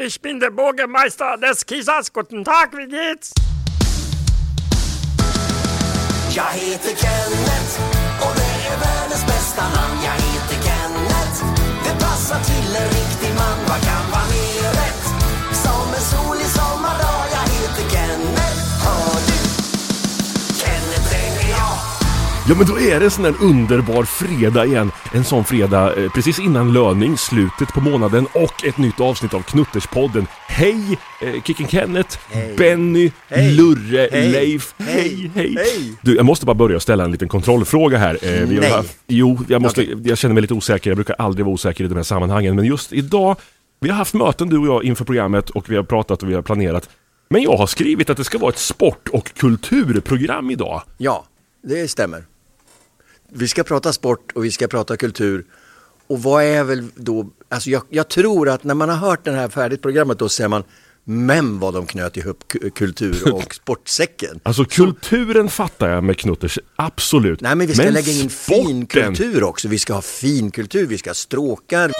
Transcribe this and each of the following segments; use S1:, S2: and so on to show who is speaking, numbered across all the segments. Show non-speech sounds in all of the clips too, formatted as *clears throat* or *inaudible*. S1: Ich bin der Bürgermeister des Kisas. Guten Tag, wie geht's?
S2: Jag heter Kenneth och det är världens bästa namn Jag heter Kenneth, det passar till en riktig man Vad kan vara mer rätt? Som en solig sommardag Jag heter Kenneth, hör du? Kenneth, det är jag
S3: Ja men då är det en sån där underbar fredag igen. En sån fredag eh, precis innan löning, slutet på månaden och ett nytt avsnitt av Knutterspodden. Hej eh, Kicken Kenneth, Benny, Lurre,
S4: Hej.
S3: Leif. Hej,
S4: Hej.
S3: hej.
S4: Hej.
S3: Du, jag måste bara börja ställa en liten kontrollfråga här. Eh, vi har
S4: Nej.
S3: haft- jo, jag, måste, jag känner mig lite osäker. Jag brukar aldrig vara osäker i de här sammanhangen. Men just idag, vi har haft möten du och jag inför programmet och vi har pratat och vi har planerat. Men jag har skrivit att det ska vara ett sport och kulturprogram idag.
S4: Ja, det stämmer. Vi ska prata sport och vi ska prata kultur. Och vad är väl då, alltså jag, jag tror att när man har hört det här färdigt programmet då säger man men vad de knöt ihop ku-
S3: *laughs*
S4: kultur och sportsäcken.
S3: Alltså kulturen fattar jag med Knutters, absolut.
S4: Nej men vi ska lägga in fin
S3: sporten-
S4: kultur också. Vi ska ha fin kultur, vi ska ha stråkar,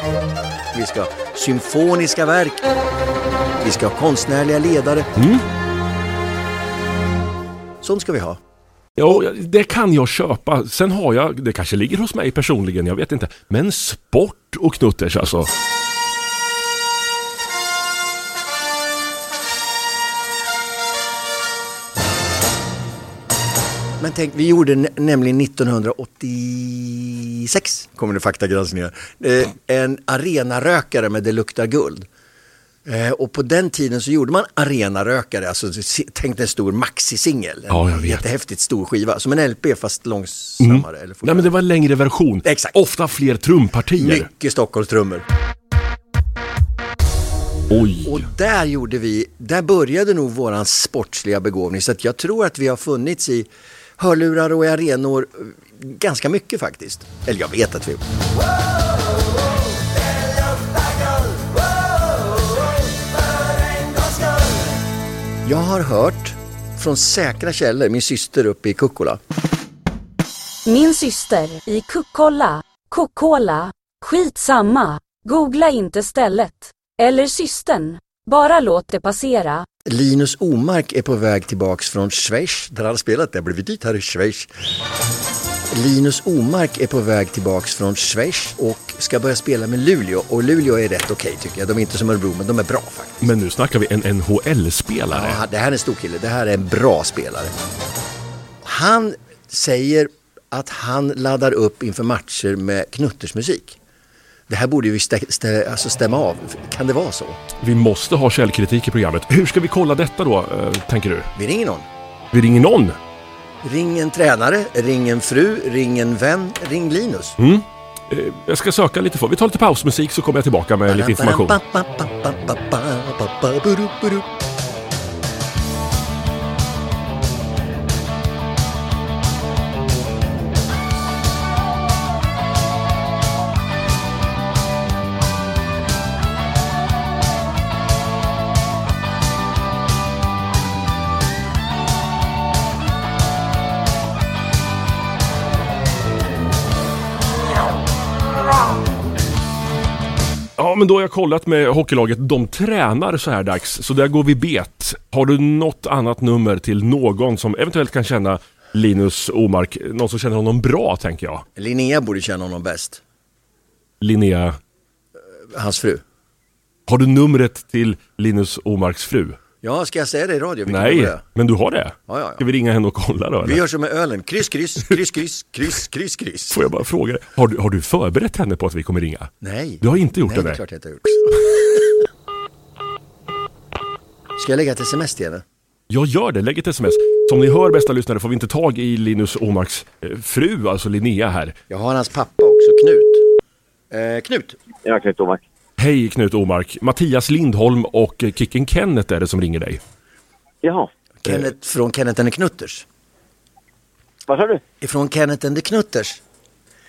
S4: vi ska ha symfoniska verk, vi ska ha konstnärliga ledare.
S3: Mm.
S4: Sånt ska vi ha.
S3: Jo, det kan jag köpa. Sen har jag, det kanske ligger hos mig personligen, jag vet inte. Men sport och Knutters alltså.
S4: Men tänk, vi gjorde nä- nämligen 1986, kommer det faktagranskningar, eh, en arenarökare med Det luktar guld. Eh, och på den tiden så gjorde man arenarökare, alltså se- tänk dig en stor maxisingel.
S3: Ja, jag
S4: En
S3: vet. Mm.
S4: Jättehäftigt stor skiva, som en LP fast långsammare. Eller
S3: Nej men det var en längre version.
S4: Exakt.
S3: Ofta fler trumpartier.
S4: Mycket Stockholmstrummor.
S3: Oj.
S4: Och där gjorde vi, där började nog våran sportsliga begåvning. Så att jag tror att vi har funnits i hörlurar och i arenor eh, ganska mycket faktiskt. Eller jag vet att vi... Jag har hört från säkra källor, min syster uppe i Kukkola.
S5: Min syster i Kukkola, Kokkola, skitsamma, googla inte stället. Eller systern, bara låt det passera.
S4: Linus Omark är på väg tillbaks från Schweiz, där han spelat, det har blivit dit här i Schweiz. Linus Omark är på väg tillbaks från Schweiz och ska börja spela med Luleå. Och Luleå är rätt okej tycker jag. De är inte som Örebro, men de är bra faktiskt.
S3: Men nu snackar vi en NHL-spelare.
S4: Ja, det här är en stor kille, det här är en bra spelare. Han säger att han laddar upp inför matcher med Knutters musik. Det här borde vi stä- stä- alltså stämma av. Kan det vara så?
S3: Vi måste ha källkritik i programmet. Hur ska vi kolla detta då, eh, tänker du?
S4: Vi ringer någon.
S3: Vi ringer någon.
S4: Ring en tränare, ring en fru, ring en vän, ring Linus.
S3: Eh, jag ska söka lite. för- Vi tar lite pausmusik så kommer jag tillbaka med lite information. Ja, men då har jag kollat med hockeylaget. De tränar så här dags, så där går vi bet. Har du något annat nummer till någon som eventuellt kan känna Linus Omark? Någon som känner honom bra, tänker jag.
S4: Linnea borde känna honom bäst,
S3: Linnea,
S4: hans fru.
S3: har du numret till Linus Omarks fru?
S4: Ja, ska jag säga det i radio? Vilken
S3: Nej,
S4: nummer det är?
S3: men du har det?
S4: Ja, ja, ja.
S3: Ska vi ringa henne och kolla då?
S4: Vi
S3: Eller?
S4: gör som med ölen, kryss, kryss, kryss, kryss, kryss, kryss, kryss.
S3: Får jag bara fråga dig, har du, har du förberett henne på att vi kommer ringa?
S4: Nej.
S3: Du har inte gjort det,
S4: Nej, det är
S3: nej.
S4: klart jag inte har gjort. Ska jag lägga ett sms till henne?
S3: Jag gör det, lägg ett sms. Som ni hör, bästa lyssnare, får vi inte tag i Linus Omarks eh, fru, alltså Linnea här.
S4: Jag har hans pappa också, Knut. Eh, Knut,
S6: Ja, Knut Omark.
S3: Hej Knut Omark! Mattias Lindholm och eh, Kicken Kenneth är det som ringer dig.
S6: Jaha,
S4: Kenneth, från Kenneth and the Knutters.
S6: vad sa du?
S4: Ifrån Kenneth and the Knutters.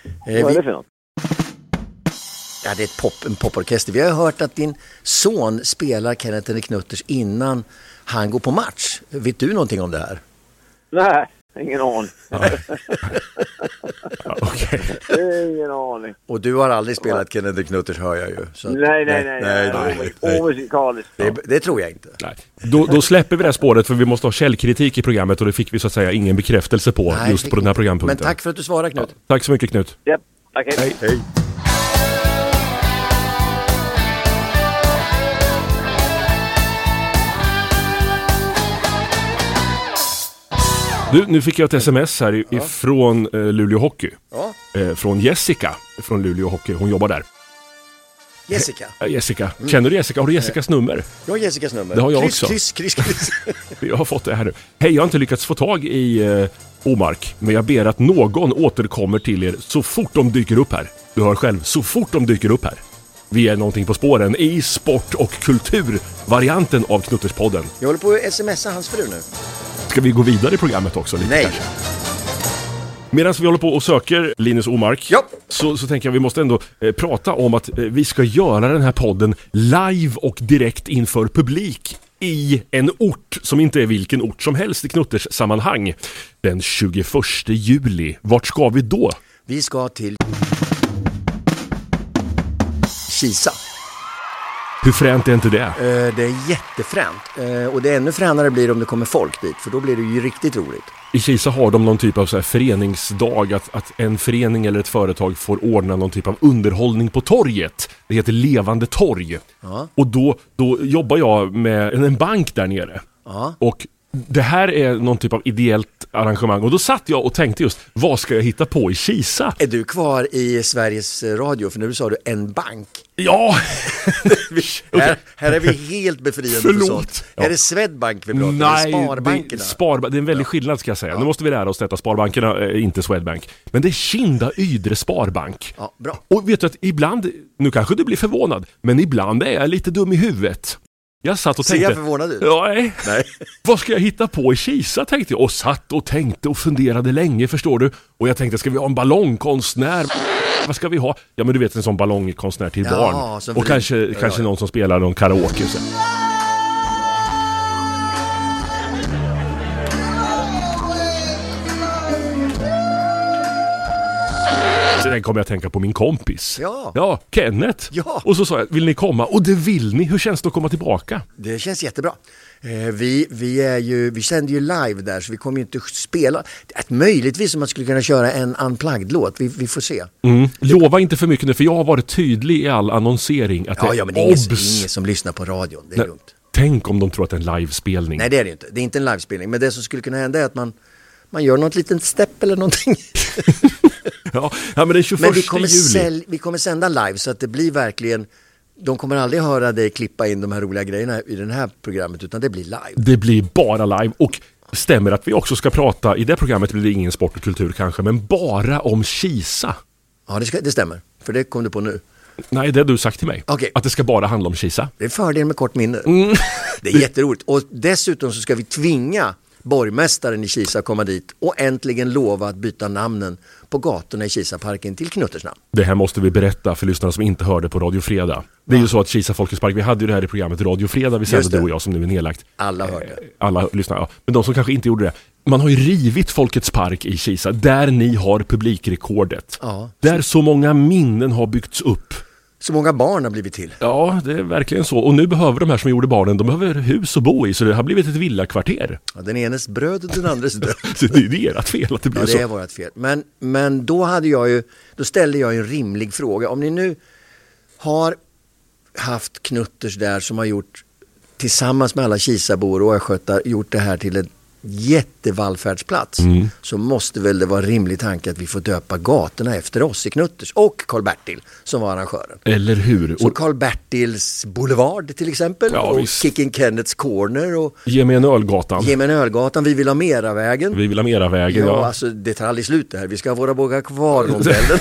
S4: Eh,
S6: Vad är
S4: vi-
S6: det för något?
S4: Ja, det är ett pop, en poporkester. Vi har ju hört att din son spelar Kenneth and the Knutters innan han går på match. Vet du någonting om det här?
S6: Nej, Ingen aning.
S3: Ja, Okej.
S6: Ingen *laughs* aning.
S4: Och du har aldrig spelat Kennedy Knutters hör jag ju. Så att-
S6: Nej, nej, nej. nej,
S4: nej,
S6: nej,
S4: nej.
S6: Omusikaliskt.
S4: Det, det tror jag inte.
S3: Nej. Då, då släpper vi det här spåret för vi måste ha källkritik i programmet och det fick vi så att säga ingen bekräftelse på
S4: Nej,
S3: just
S4: det-
S3: på den här programpunkten.
S4: Men tack för att du svarade Knut.
S3: Tack så mycket Knut.
S6: Japp, okej.
S4: Hej.
S3: Du, nu fick jag ett sms här i- ifrån eh, Luleå Hockey.
S4: Ja,
S3: Eh, från Jessica från Luleå Hockey. Hon jobbar där.
S4: Jessica.
S3: Eh, Jessica,
S4: Mm.
S3: känner du Jessica? Har
S4: Eh.
S3: du Jessicas nummer?
S4: Jag har Jessicas nummer.
S3: Det har jag
S4: Chris,
S3: också.
S4: Chris, Chris, Chris.
S3: Jag har fått det här nu. Hej, jag har inte lyckats få tag i eh, Omark, men jag ber att någon återkommer till er så fort de dyker upp här. Du hör själv, så fort de dyker upp här. Vi är någonting på spåren i sport och kultur-varianten av Knutterspodden.
S4: *laughs* jag håller på att smsa hans fru nu.
S3: Ska vi gå vidare i programmet också? Lite
S4: Nej.
S3: kanske? Medan vi håller på och söker Linus Omark
S4: Ja.
S3: så, så tänker jag vi måste ändå eh, prata om att eh, vi ska göra den här podden live och direkt inför publik i en ort som inte är vilken ort som helst i Knutters sammanhang. Den 21 juli. Vart ska vi då?
S4: Vi ska till Kisa.
S3: Hur fränt är inte det?
S4: Eh, Det är jättefränt. Eh, Och det är ännu fränare blir det om det kommer folk dit, för då blir det ju riktigt roligt.
S3: I Kisa har de någon typ av så här föreningsdag, att, att en förening eller ett företag får ordna någon typ av underhållning på torget. Det heter Levande torg. Och då, då jobbar jag med en bank där nere. Och det här är någon typ av ideellt arrangemang. Och då satt jag och tänkte just, vad ska jag hitta på i Kisa?
S4: Är du kvar i Sveriges eh, Radio? För nu sa du en bank.
S3: *laughs* Ja!
S4: Här, här är vi helt befriade
S3: Förlåt.
S4: från sånt.
S3: Ja.
S4: Är det Swedbank vi pratar om? Nej,
S3: Det,
S4: Sparbankerna?
S3: sparba- det är en väldig skillnad ska jag säga. Nu måste vi lära oss detta. Sparbankerna är inte Swedbank. Men det är Kinda Ydre Sparbank.
S4: Ja, bra.
S3: Och vet du att ibland, nu kanske du blir förvånad, men ibland är jag lite dum i huvudet. Jag satt och
S4: Ser
S3: tänkte...
S4: jag förvånad ut?
S3: Ja, nej.
S4: Nej.
S3: Vad ska jag hitta på i Kisa tänkte jag. Och satt och tänkte och funderade länge förstår du. Och jag tänkte, ska vi ha en ballongkonstnär? Vad ska vi ha? Ja men du vet en sån ballongkonstnär till
S4: Ja,
S3: barn.
S4: som
S3: Och
S4: vrider.
S3: kanske,
S4: Ja,
S3: kanske
S4: ja.
S3: någon som spelar någon karaoke. Så. Sen kom jag att tänka på min kompis.
S4: Ja.
S3: ja Kenneth.
S4: Ja.
S3: Och så sa jag, vill ni komma? Och det vill ni! Hur känns det att komma tillbaka?
S4: *laughs* Det känns jättebra. Eh, Vi, vi, är ju, vi sänder ju live där så vi kommer ju inte spela. Att möjligtvis om man skulle kunna köra en unplugged-låt, vi, vi får se.
S3: Lova inte för mycket nu, för jag har varit tydlig i all annonsering att
S4: Ja,
S3: det
S4: ja,
S3: är
S4: men det är ingen, det är
S3: obs.
S4: ingen som lyssnar på radion, det är
S3: Nej,
S4: lugnt.
S3: Tänk om de tror att det är en livespelning.
S4: Nej, det är det ju inte. Det är inte en livespelning, men det som skulle kunna hända är att man, man gör något litet stepp eller någonting.
S3: *laughs* Ja, ja, men den 21
S4: Men vi kommer,
S3: juli.
S4: sälj, vi kommer sända live så att det blir verkligen, de kommer aldrig höra dig klippa in de här roliga grejerna i det här programmet, utan det blir live.
S3: Det blir bara live och stämmer att vi också ska prata, i det programmet blir det ingen sport och kultur kanske, men bara om Kisa.
S4: Ja, det, ska, det stämmer. För det kom du på nu.
S3: Nej, det har du sagt till mig.
S4: Okej.
S3: Att det ska bara handla om Kisa.
S4: Det är fördel med kort minne. *laughs* Det är jätteroligt. Och dessutom så ska vi tvinga borgmästaren i Kisa att komma dit och äntligen lova att byta namnen på gatorna i Kisaparken till Knutters namn.
S3: Det här måste vi berätta för lyssnarna som inte hörde på Radio Fredag. Det är ju så att Kisa Folkets Park, vi hade ju det här i programmet Radio Fredag, vi
S4: Just
S3: sände
S4: det.
S3: du och jag som nu är nedlagt.
S4: Alla hörde.
S3: Alla lyssnare, ja. Men de som kanske inte gjorde det. Man har ju rivit Folkets Park i Kisa, där ni har publikrekordet.
S4: Ja.
S3: Där så många minnen har byggts upp.
S4: Så många barn har blivit till.
S3: Ja, det är verkligen så. Och nu behöver de här som gjorde barnen, de behöver hus att bo i, så det har blivit ett villakvarter.
S4: Ja, den enes bröd och den andres död.
S3: Så *laughs* det är ju ert fel att det
S4: Ja,
S3: blev
S4: det är
S3: så.
S4: vårt fel. Men, men då, hade jag ju, då ställde jag ju en rimlig fråga. Om ni nu har haft knutters där som har gjort, tillsammans med alla Kisabor och östgötar, gjort det här till en jättevallfärdsplats.
S3: Mm.
S4: Så måste väl det vara en rimlig tanke att vi får döpa gatorna efter oss i knutters. Och Karl-Bertil som var arrangören.
S3: Eller hur?
S4: Så
S3: Och
S4: Karl-Bertils Boulevard till exempel.
S3: Ja,
S4: och
S3: visst.
S4: Kicken Kennets Corner och
S3: ge mig en ölgatan.
S4: Ge mig en ölgatan, vi vill ha mera vägen.
S3: Vi vill ha mera vägen,
S4: Ja,
S3: ja.
S4: alltså det tar aldrig slut det här. Vi ska ha våra bågar kvar
S3: *laughs*
S4: *laughs* rondellen.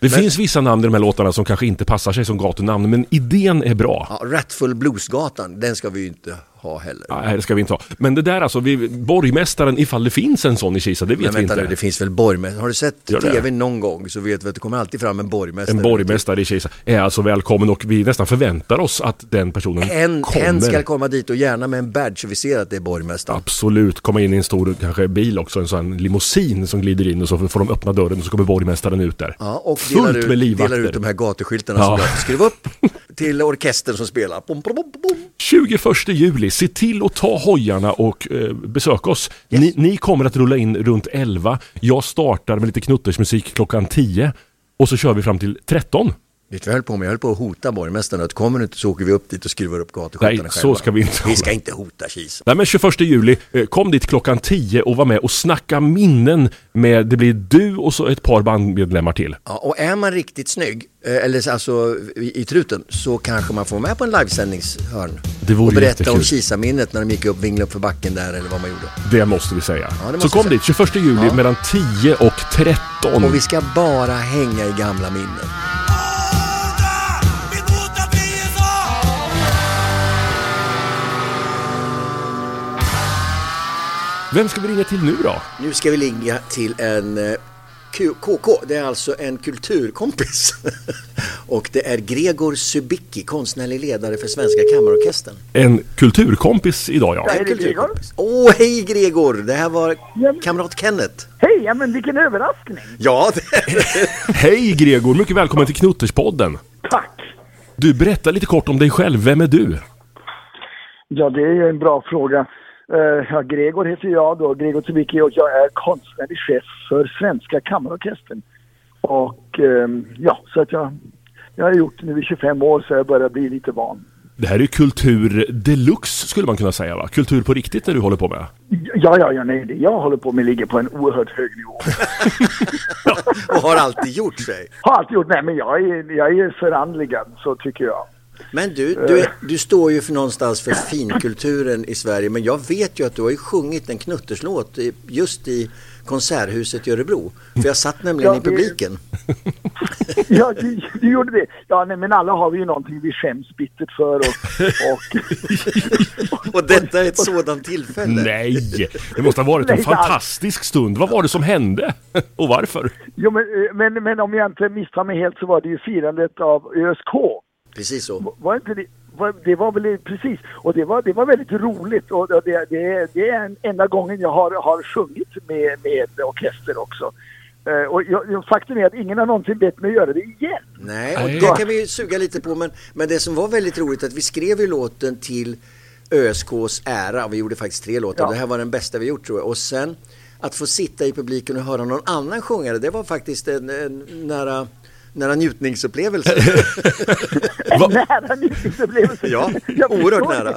S3: Det finns vissa namn i de här låtarna som kanske inte passar sig som gatunamn, men idén är bra.
S4: ja, Rattfull Bluesgatan, den ska vi ju inte ha heller.
S3: Nej, det ska vi inte ha. Men det där alltså, vi, borgmästaren, ifall det finns en sån i Kisa, det vet
S4: Men
S3: vi
S4: vänta
S3: inte.
S4: nu, det finns väl borgmästare? Har du sett
S3: Gör det.
S4: tv någon gång så vet vi att det kommer alltid fram en borgmästare.
S3: En borgmästare i Kisa är alltså välkommen och vi nästan förväntar oss att den personen
S4: En,
S3: kommer.
S4: en ska komma dit och gärna med en badge så vi ser att det är borgmästaren.
S3: Absolut, komma in i en stor kanske bil också, en sån limousin som glider in och så får de öppna dörren och så kommer borgmästaren ut där.
S4: Ja, och
S3: Fullt
S4: delar
S3: med
S4: ut,
S3: livvakter.
S4: delar ut de här gatuskyltarna
S3: Ja.
S4: som jag
S3: *laughs*
S4: skrev upp till orkestern som spelar. Bom, bom, bom, bom.
S3: 21 juli, se till att ta hojarna och eh, besök oss. Ni, ni kommer att rulla in runt 11. Jag startar med lite knuttersmusik klockan 10 och så kör vi fram till 13.
S4: Vet du vad jag höll på med? Jag höll på att hota borgmästaren att kommer du inte så åker vi upp dit och skruvar upp gatuskyltarna
S3: Nej,
S4: själva.
S3: så ska vi inte
S4: Vi
S3: hålla.
S4: ska inte hota Kisa.
S3: Nej men 21 juli, eh, kom dit klockan 10 och var med och snacka minnen med, det blir du och så ett par bandmedlemmar till.
S4: Ja, och är man riktigt snygg, eh, eller så- alltså i, i truten, så kanske man får med på en livesändningshörn.
S3: Det vore
S4: och berätta om
S3: jättekul.
S4: Kisa-minnet när de gick upp, vinglade upp för backen där eller vad man gjorde.
S3: Det måste vi säga.
S4: Ja, det måste
S3: så kom
S4: vi
S3: dit 21 juli
S4: Ja.
S3: mellan 10 och 13.
S4: Och vi ska bara hänga i gamla minnen.
S3: Vem ska vi ringa till nu då?
S4: Nu ska vi ligga till en eh, Q- KK, det är alltså en kulturkompis. *laughs* och det är Gregor Subicki, konstnärlig ledare för Svenska Kammarorkestern.
S3: En kulturkompis idag ja.
S4: En
S6: det
S4: kulturkompis. Åh, hej Gregor! Det här var kamrat Kenneth.
S7: Hej, ja, men vilken överraskning!
S4: Ja, det *laughs*
S3: Hej Gregor, mycket välkommen till Knutterspodden.
S7: Tack!
S3: Du, berätta lite kort om dig själv. Vem är du?
S7: Ja, det är ju en bra fråga. Eh, ja, Gregor heter jag då, Gregor Tubicki och jag är konstnärlig chef för Svenska Kammarorkestern. Och ehm, ja, så att jag, jag har gjort det nu i 25 år så jag börjar bli lite van.
S3: Det här är ju kultur deluxe skulle man kunna säga va? Kultur på riktigt det du håller på med.
S7: Ja, ja, ja, nej, det jag håller på med ligger på en oerhört hög *laughs* nivå.
S4: och har alltid gjort sig.
S7: Har alltid gjort, nej men jag är, jag är förandligad, så tycker jag.
S4: Men du, du, är- du står ju för någonstans för finkulturen i Sverige, men jag vet ju att du har ju sjungit en knutterslåt i- just i Konserthuset i Örebro. För jag satt nämligen
S7: Ja,
S4: i
S7: det-
S4: publiken.
S7: Ja, du, du gjorde det. Ja, nej, men alla har vi ju någonting vi skäms bittert för och, och
S4: Och detta är ett sådant tillfälle.
S3: Nej! Det måste ha varit en
S7: Nej, inte alls.
S3: fantastisk stund. Vad var det som hände? *laughs* Och varför?
S7: Jo, men, eh, men, men om jag inte misstar mig helt så var det ju firandet av ÖSK.
S4: Precis så.
S7: Var inte det, var, det var väl precis, och det var, det var väldigt roligt och och det, det, det är en, enda gången jag har, har sjungit med, med orkester också. Eh, och jag, jag, faktum är att ingen har någonsin bett mig göra det igen.
S4: Nej, och
S3: Nej.
S4: det kan vi ju suga lite på, men, men det som var väldigt roligt är att vi skrev ju låten till ÖSKs ära. Vi gjorde faktiskt tre låtar,
S7: Ja.
S4: det här var den bästa vi gjort tror jag. Och sen att få sitta i publiken och höra någon annan sjunga det, det var faktiskt en, en nära,
S3: *laughs*
S4: nära njutningsupplevelse.
S3: Va?
S7: Nära njutningsupplevelsen.
S4: Ja,
S7: *laughs* Jag förstår
S4: oerhört
S7: det.
S4: nära.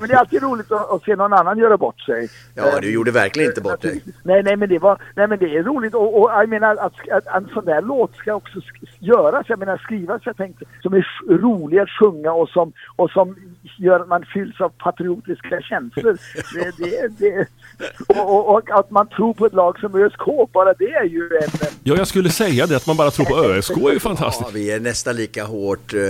S7: Men det är alltid roligt att, att se någon annan göra bort sig.
S4: Ja,
S7: Eh,
S4: du gjorde verkligen inte bort dig.
S7: Nej, nej, men det, var, nej, men det är roligt. Och, och jag menar att, att en sån där låt ska också sk- göras, jag menar skrivas, jag tänkte, som är f- rolig att sjunga och som, och som gör att man fylls av
S4: *laughs*
S7: patriotiska känslor. Det, det, det, och, och, och att man tror på ett lag som ÖSK, bara det är ju en...
S3: Ja, jag skulle säga det att man bara tror på ÖSK är ju fantastiskt.
S4: Ja, vi är nästan lika hårt eh,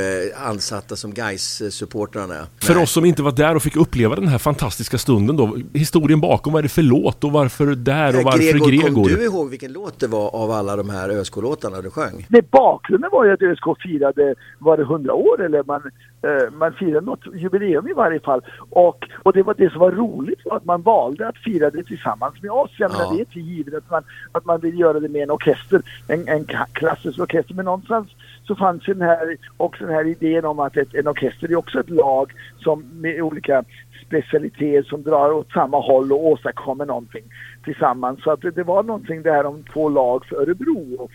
S4: ansatta som gais supportrarna
S3: För oss som inte var där och fick uppleva den här fantastiska stunden då. Historien bakom, vad är det för låt och varför där och varför Gregor?
S4: kom du ihåg vilken låt det var av alla de här ÖSK-låtarna du sjöng?
S7: Nej, Alltså, bakgrunden var ju att ÖSK firade, var det 100 år eller man, eh, man firade något jubileum i varje fall. Och, och det var det som var roligt var att man valde att fira det tillsammans med oss. Jag menar
S4: Ja.
S7: det är inte givet att man, att man vill göra det med en orkester, en, en ka- klassisk orkester. Men någonstans så fanns ju den här, också den här idén om att ett, en orkester är också ett lag som med olika specialiteter som drar åt samma håll och åstadkommer någonting tillsammans. Så att det, det var någonting där om två lag för Örebro. Och,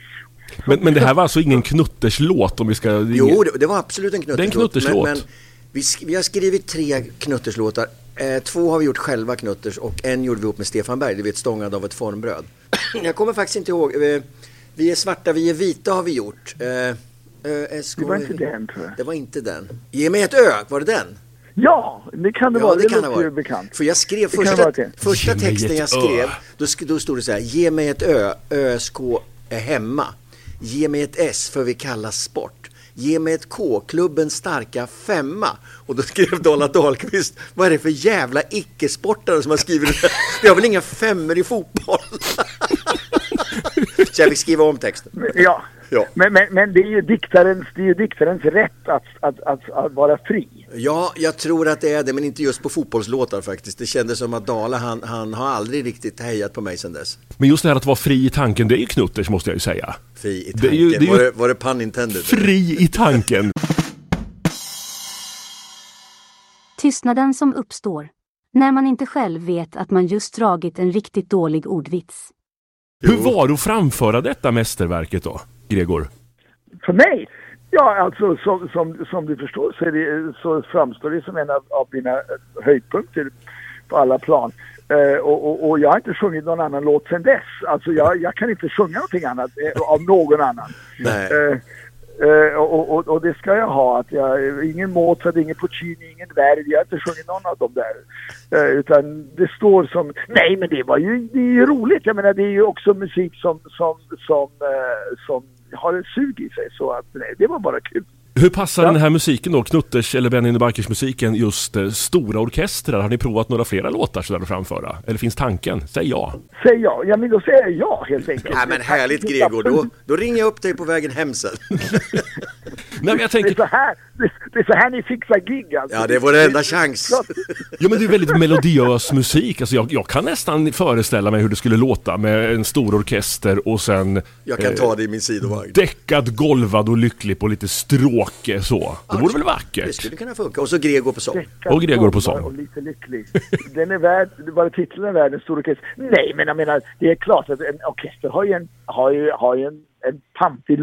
S3: Men, men det här var alltså ingen knutterslåt om vi ska...
S4: Jo, det, det var absolut en knutterslåt.
S3: Det är en knutterslåt.
S4: Men, men vi, sk- vi har skrivit tre knutterslåtar. Eh, två har vi gjort själva, Knutters, och en gjorde vi ihop med Stefan Berg, du vet Stångad av ett formbröd. *clears throat* Jag kommer faktiskt inte ihåg. Eh, vi är svarta, vi är vita har vi gjort. Eh, eh, SK,
S7: Det var inte den, tror jag.
S4: Det var inte den. Ge mig ett ö, var det den?
S7: Ja, det kan det
S4: Ja,
S7: vara.
S4: det,
S7: Det,
S4: kan det
S7: låter
S4: vara.
S7: ju bekant.
S4: För jag skrev
S7: Det kan
S4: första,
S7: vara det.
S4: första
S3: Ge mig
S4: texten
S3: ett ö.
S4: jag skrev, då, sk- då stod det så här, ge mig ett ö, ÖSK är hemma. Ge mig ett S för vi kallas sport. Ge mig ett K, klubben starka femma. Och då skrev Dala Dahlqvist, vad är det för jävla icke-sportare som har skrivit det här? Vi har väl inga femmor i fotboll? *laughs* Så jag fick skriva om texten.
S7: Ja.
S4: Ja.
S7: Men, men, men det är ju diktarens, det är ju diktarens rätt att, att, att, att vara fri.
S4: Ja, jag tror att det är det, men inte just på fotbollslåtar faktiskt. Det kändes som att Dala, han, han har aldrig riktigt hejat på mig sedan dess.
S3: Men just det här att vara fri i tanken, det är ju Knutters måste jag ju säga.
S4: Fri i
S3: Det är
S4: tanken.
S3: ju- det är ju-
S4: Var, det, var det pun intended?
S3: Fri i tanken!
S8: Tystnaden som uppstår. När man inte själv vet att man just dragit en riktigt dålig ordvits.
S3: Hur var det att framföra detta mästerverket då, Gregor?
S7: För mig? Ja, alltså som, som, som du förstår så, är det, så framstår det som en av, av mina eh, höjdpunkter på alla plan. Eh, och, och, och jag har inte sjungit någon annan låt sedan dess. Alltså jag, jag kan inte sjunga någonting annat eh, av någon annan.
S4: Nej.
S7: Eh, eh, och, och, och det ska jag ha. Att jag, ingen Mozart, ingen Puccini, ingen Verdi. Jag har inte sjungit någon av dem där. Eh, utan det står som... Nej, men det var ju, det är ju roligt. Jag menar, det är ju också musik som, som, som, eh, som har ett sug i sig. Så att, nej, det var bara kul.
S3: Hur passar den här musiken då, Knutters eller Benny and the Bikers musiken, just eh, stora orkestrar? Har ni provat några flera låtar sådär att framföra? Eller finns tanken? Säg ja.
S7: Säg ja. Ja, men då säger jag ja, helt enkelt.
S4: Ja, men härligt Gregor, då, då ringer jag upp dig på vägen hem sen.
S3: Nej, men jag
S7: Det är,
S3: tänker,
S7: så här, det, det är så här ni fixar gig alltså.
S4: Ja, det är vår enda chans.
S3: ja men det är väldigt melodiös musik. Alltså jag, jag kan nästan föreställa mig hur det skulle låta med en stor orkester och sen eh,
S4: Jag kan ta det i min sidovagn.
S3: däckad, golvad och lycklig på lite stråke så. Det vore väl
S4: Det
S3: vackert?
S4: skulle kunna funka. Och så Gregor på sång.
S3: Och Gregor på sång.
S7: Och lite lycklig. *laughs* Den är värd, bara titeln är värd en stor orkester. Nej, men jag menar, det är klart att en orkester har ju en, har ju, har ju en, en pampig,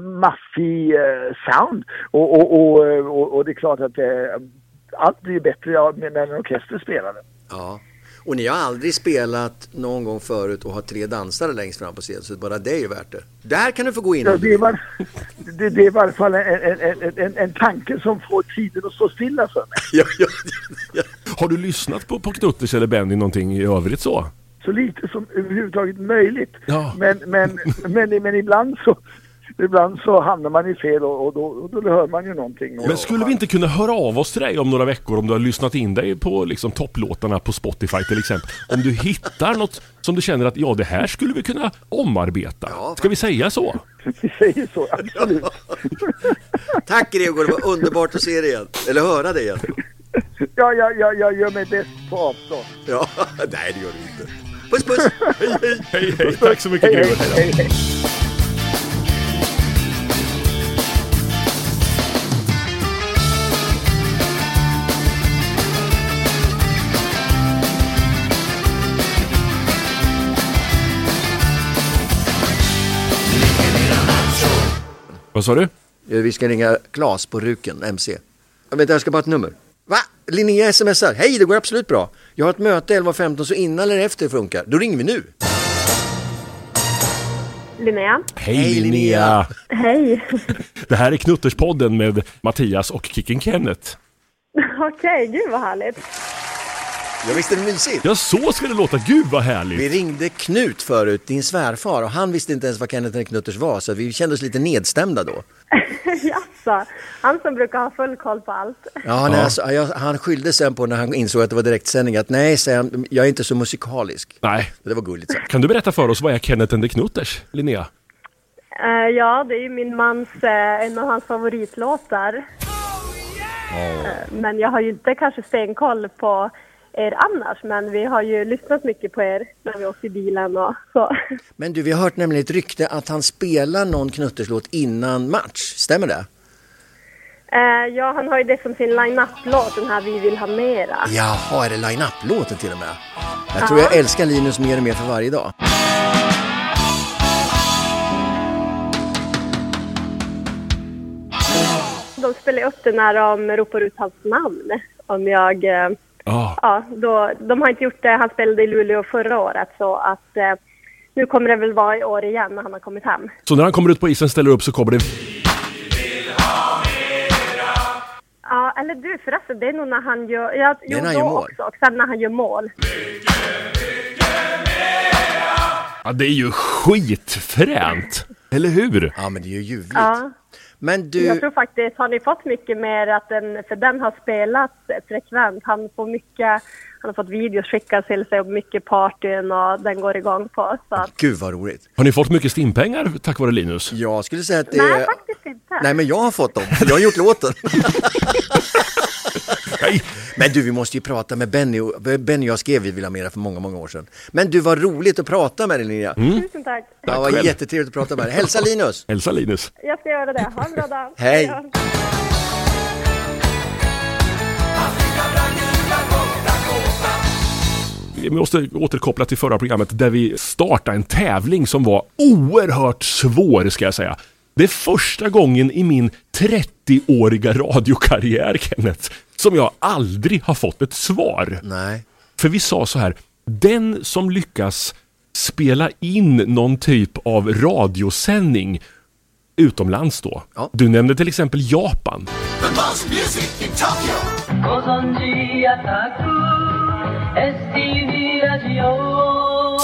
S7: maffig eh, sound. Och, och, och, eh, och, och det är klart att eh, allt blir ju bättre av- när en orkester spelar den.
S4: Ja. Och ni har aldrig spelat någon gång förut och har tre dansare längst fram på scenen, så bara det är ju värt det. Där kan du få gå in.
S7: Ja,
S4: om du
S7: det, är
S4: vill.
S7: var, *laughs* det, det är i varje fall en, en, en, en, en tanke som får tiden att stå stilla för mig.
S4: Ja, ja, ja.
S3: Har du lyssnat på, på Knutters eller Benny någonting i övrigt så?
S7: så lite som överhuvudtaget möjligt.
S3: Ja.
S7: Men, men, men, men ibland så Ibland så hamnar man i fel och, och, då, och då hör man ju någonting.
S3: Men skulle vi inte kunna höra av oss till dig om några veckor om du har lyssnat in dig på liksom, topplåtarna på Spotify till exempel? Om du hittar något som du känner att ja, det här skulle vi kunna omarbeta. Ska vi säga så?
S7: Vi säger så,
S3: *laughs*
S7: absolut.
S4: Tack Gregor, det var underbart att se dig igen. Eller höra dig igen.
S7: Ja, ja, ja, jag gör mig bäst på avstånd.
S4: Ja, nej det gör du inte. Puss puss! Hej hej!
S3: Hej, hej. Tack så mycket
S7: Hej,
S3: Gregor.
S7: hej, hej.
S3: Vad sa du?
S4: Eh, Vi ska ringa Klas på Ruken, MC. Jag vet inte, jag ska bara ha ett nummer. Va? Linnea smsar. Hej, det går absolut bra. Jag har ett möte 11.15 så innan eller efter funkar. Då ringer vi nu.
S9: Linnea.
S3: Hej
S4: Hej,
S3: Linnea!
S4: Linnea.
S9: Hej.
S3: Det här är Knutterspodden med Mattias och Kicken Kenneth.
S9: *laughs* Okej, gud vad härligt. *laughs*
S4: Jag visste det är mysigt.
S3: Ja, så ska det låta. Gud vad härligt!
S4: Vi ringde Knut förut, din svärfar, och han visste inte ens vad Kenneth and Knutters var, så vi kände oss lite nedstämda då.
S9: Jaså, han som brukar ha full koll på allt.
S4: Ja, nej, alltså, jag, han skyllde sen på när han insåg att det var direktsändning, att nej, sen, jag är inte så musikalisk.
S3: Nej.
S4: Det var gulligt sagt.
S3: Kan du berätta för oss, vad är Kenneth and the Knutters, Linnea?
S9: Eh, ja, det är ju min mans, eh, en av hans favoritlåtar. Eh, men jag har ju inte kanske stenkoll på er annars, men vi har ju lyssnat mycket på er när vi åkte i bilen och så. *laughs*
S4: Men du, vi har hört nämligen ett rykte att han spelar någon Knutterslåt innan match, stämmer det?
S9: Eh, ja, han har ju det som sin line-up-låt, den här Vi vill ha mera.
S4: Jaha, är det line-up-låten till och med? Jag tror jag älskar Linus mer och mer för varje dag.
S9: De spelar ju upp det när de ropar ut hans namn. Om jag... eh,
S3: Ja,
S9: Ja, då, de har inte gjort det. Han spelade i Luleå förra året så att eh, nu kommer det väl vara i år igen när han har kommit hem.
S3: Så när han kommer ut på isen, ställer upp, så kommer det...
S9: Ja, eller du förresten, det är nog när han gör... Ja, jo,
S4: när han
S9: då
S4: gör mål.
S9: också. Och sen när han gör mål.
S3: Ja, det är ju skitfränt! Eller hur?
S4: Ja, men det är ju ljuvligt.
S9: Ja.
S4: Men
S9: Jag
S4: du,
S9: tror faktiskt, har ni fått mycket mer att den, för den har spelats frekvent. Han får mycket, han har fått videos skickade till sig och mycket partyn och den går igång på. Så att,
S4: gud vad roligt.
S3: Har ni fått mycket stimpengar tack vare Linus?
S4: Jag skulle säga att det
S9: nej,
S4: är...
S9: faktiskt inte.
S4: Nej, men jag har fått dem. Jag har gjort låten.
S3: Nej.
S4: Men du, vi måste ju prata med Benny. och- Benny och jag skrev Vi vill ha mera för många, många år sedan. Men du, var roligt att prata med dig, Linnea.
S9: Tusen Mm, tack.
S4: det var
S3: själv.
S4: jättetrevligt att prata med dig. Hälsa Linus!
S3: Hälsa Linus.
S9: Jag ska göra det. Ha en bra dag.
S4: Hej.
S9: Ja.
S3: Vi måste återkoppla till förra programmet där vi startade en tävling som var oerhört svår ska jag säga. Det är första gången i min 30-åriga radiokarriär, Kenneth, som jag aldrig har fått ett svar.
S4: Nej.
S3: För vi sa så här, den som lyckas spela in någon typ av radiosändning utomlands då.
S4: Ja.
S3: Du nämnde till exempel Japan.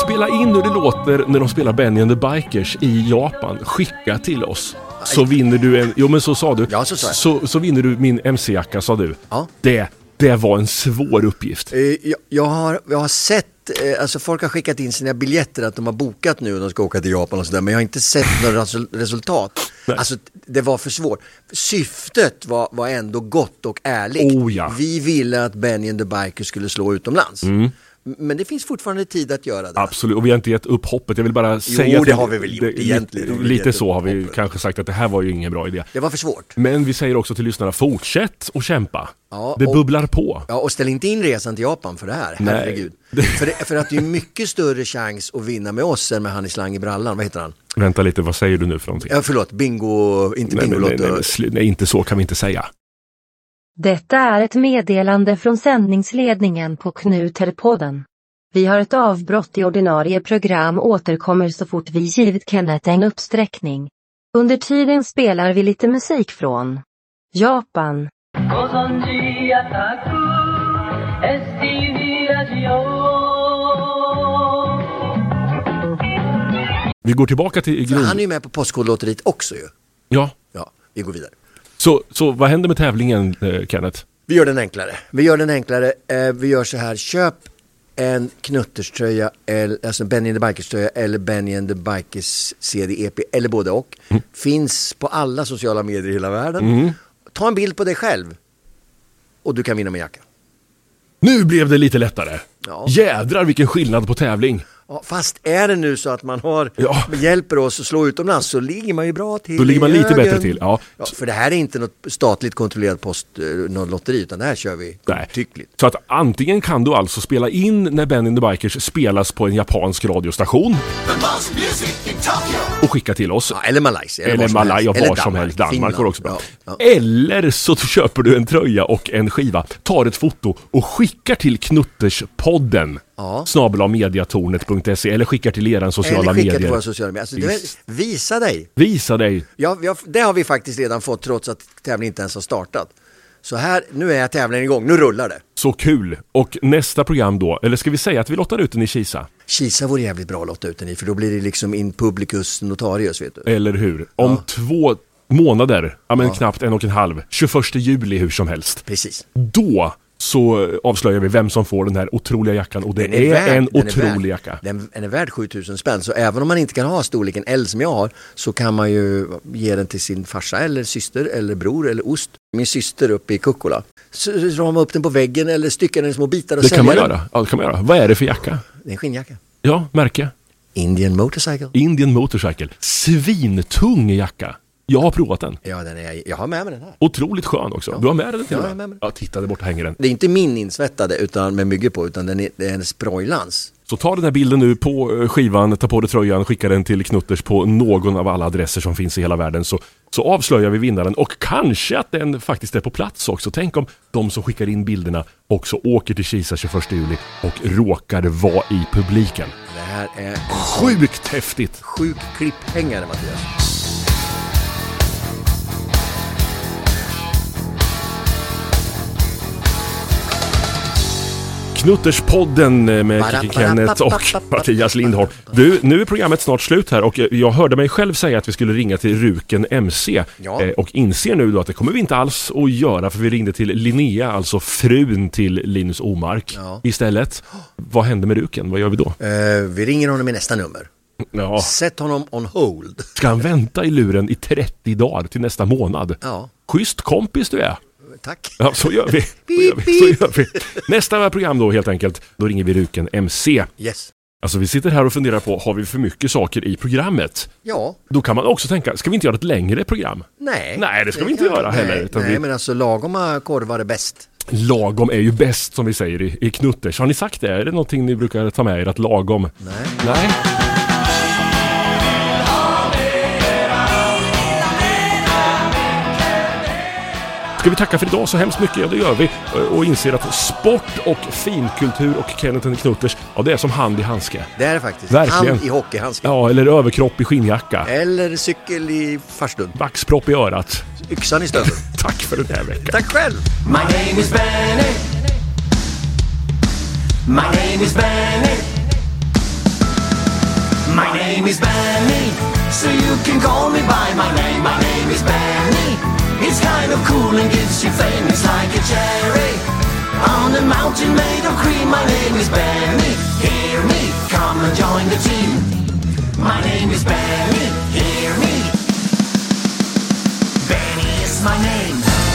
S3: Spela in hur det låter när de spelar Benny and the Bikers i Japan. Skicka till oss. Så vinner du en... Jo men så sa du.
S4: Ja, så sa jag.
S3: Så, så vinner du min MC-jacka sa du.
S4: Ja.
S3: Det, det var en svår uppgift.
S4: Eh, Jag, jag, har, jag har sett, eh, alltså folk har skickat in sina biljetter att de har bokat nu och de ska åka till Japan och sådär, men jag har inte
S3: *laughs*
S4: sett några resul- resultat. Alltså det var för svårt. Syftet var, var ändå gott och ärligt.
S3: Oh, ja. Mm.
S4: Vi ville att Benny and the Bikers skulle slå utomlands. M- Men det finns fortfarande tid att göra det.
S3: Absolut, och vi har inte gett upp hoppet. Jag vill bara säga...
S4: det
S3: att jag-
S4: har vi väl gjort
S3: det-
S4: egentligen, om vi
S3: Lite
S4: gett
S3: så
S4: upp
S3: har vi
S4: hoppet.
S3: kanske sagt att det här var ju ingen bra idé.
S4: Det var för svårt.
S3: Men vi säger också till lyssnarna, fortsätt och kämpa.
S4: Ja,
S3: det
S4: och-
S3: bubblar på.
S4: Ja, och ställ inte in resan till Japan för det här,
S3: Nej.
S4: herregud. För, det, för att det är mycket större chans att vinna med oss än med han i slang i brallan, vad heter han?
S3: Vänta lite, vad säger du nu för någonting?
S4: Ja, förlåt, bingo, inte
S3: nej, nej, nej, nej,
S4: Bingolotto.
S3: slu- nej, inte så kan vi inte säga.
S10: Detta är ett meddelande från sändningsledningen på Knuterpodden. Vi har ett avbrott i ordinarie program och återkommer så fort vi givit Kenneth en uppsträckning. Under tiden spelar vi lite musik från Japan.
S3: Vi går tillbaka till
S4: För
S3: grund...
S4: han är ju med på Postkodlotteriet också ju.
S3: Ja,
S4: Ja, vi går vidare.
S3: så, så vad händer med tävlingen, eh, Kenneth?
S4: Vi gör den enklare. Vi gör den enklare. Eh, vi gör så här, köp en knutterströja, eller, alltså en Benny and the Bikers tröja eller Benny and the Bikers CD-EP eller både och. Finns på alla sociala medier i hela världen. Ta en bild på dig själv och du kan vinna med jacka.
S3: Nu blev det lite lättare.
S4: Ja.
S3: Jädrar vilken skillnad på tävling.
S4: Ja, fast är det nu så att man har,
S3: Ja.
S4: hjälper oss att slå utomlands så ligger man ju bra till.
S3: Då ligger man
S4: i
S3: lite
S4: högen.
S3: bättre till, ja.
S4: För det här är inte något statligt kontrollerat post, eh, något lotteri utan det här kör vi
S3: Nej.
S4: godtyckligt.
S3: Så att antingen kan du alltså spela in när Benny and the Bikers spelas på en japansk radiostation och skicka till oss.
S4: Ja, eller Malaysia. var
S3: Eller
S4: som
S3: Malaya,
S4: Eller
S3: var som helst. Danmark
S4: Finland.
S3: går också bra.
S4: Ja, ja.
S3: Eller så köper du en tröja och en skiva, tar ett foto och skickar till Knutterspodden
S4: Ja.
S3: snabbelamediatornet.se eller skickar till era sociala
S4: Eller skicka till
S3: medier.
S4: våra sociala medier. Alltså, det,
S3: Visst.
S4: är- visa dig.
S3: Visa dig.
S4: Ja, vi har, det har vi faktiskt redan fått trots att tävlingen inte ens har startat. Så här, nu är tävlingen igång, nu rullar det.
S3: Så kul! Och nästa program då, eller ska vi säga att vi lottar ut den i Kisa?
S4: Kisa vore jävligt bra att lotta ut den i, för då blir det liksom in publicus notarius, vet du.
S3: Eller hur? Om två månader, ja men knappt en och en halv, 21 juli hur som helst.
S4: Precis.
S3: Då så eh, avslöjar vi vem som får den här otroliga jackan och det
S4: Den
S3: är,
S4: värd-
S3: en
S4: den är
S3: otrolig
S4: värd-
S3: jacka.
S4: Den, den är värd 7000 spänn, så även om man inte kan ha storleken L som jag har så kan man ju ge den till sin farsa eller syster eller bror eller ost. Min syster uppe i Kukkola. Så rama upp den på väggen eller stycka den i små bitar och
S3: Det
S4: sälja
S3: kan man
S4: den.
S3: göra. Ja, det kan man göra. Vad är det för jacka?
S4: Det är en skinnjacka.
S3: Ja, märke.
S4: Indian Motorcycle.
S3: Indian Motorcycle. Svintung jacka. Jag har provat den.
S4: Ja, den är, jag har med mig den här.
S3: Otroligt skön också. Du har med den till
S4: Ja,
S3: och
S4: jag har med mig.
S3: Ja, titta där borta hänger den.
S4: Det är inte min insvettade utan med mygge på, utan den är, det är en sprojlans.
S3: Så ta den här bilden nu på eh, skivan, ta på dig tröjan, skicka den till Knutters på någon av alla adresser som finns i hela världen så, så avslöjar vi vinnaren och kanske att den faktiskt är på plats också. Tänk om de som skickar in bilderna också åker till Kisa 21 juli och råkar vara i publiken.
S4: Det här är en
S3: Sjukt häftigt!
S4: sjuk klipphängare, Mattias.
S3: Knutterspodden eh, med Kiki Kenneth och Mattias Lindholm. Du, nu är programmet snart slut här och eh, jag hörde mig själv säga att vi skulle ringa till Ruken MC
S4: Ja.
S3: eh, och inser nu då att det kommer vi inte alls att göra för vi ringde till Linnea, alltså frun till Linus Omark
S4: Ja.
S3: istället. Vad hände med Ruken? Vad gör vi då?
S4: Eh, vi ringer honom i nästa nummer.
S3: Ja.
S4: Sätt honom on hold.
S3: Ska han vänta i luren i 30 dagar till nästa månad?
S4: Ja.
S3: Schysst kompis du är!
S4: Tack.
S3: Ja, så gör
S4: *laughs*
S3: vi. Så gör vi. Så gör vi. Nästa program då helt enkelt, då ringer vi Ruken MC.
S4: Yes.
S3: Alltså vi sitter här och funderar på, har vi för mycket saker i programmet?
S4: Ja.
S3: Då kan man också tänka, ska vi inte göra ett längre program?
S4: Nej.
S3: Nej, det ska vi inte
S4: kan-
S3: göra heller,
S4: Nej,
S3: utan
S4: nej
S3: vi-
S4: men alltså lagoma korvar är bäst.
S3: Lagom är ju bäst som vi säger i, i Knutters. Har ni sagt det? Är det någonting ni brukar ta med er att lagom? Nej. Nej. Ska vi tacka för idag så hemskt mycket? Ja, det gör vi. Och inser att sport och finkultur och Kenneth and Knutters, ja det är som hand i handske.
S4: Det är det faktiskt.
S3: Verkligen.
S4: Hand i hockeyhandske.
S3: Ja, eller överkropp i skinnjacka.
S4: Eller cykel i farstun.
S3: Vaxpropp i örat.
S4: Yxan i stöveln.
S3: Tack för den här veckan.
S4: Tack själv!
S2: My name is Benny. My name is Benny. My name is Benny. So you can call me by my name. My name is Benny. It's kind of cool and gives you fame. It's like a cherry on a mountain made of cream. My name is Benny. Hear me. Come and join the team. My name is Benny. Hear me. Benny is my name.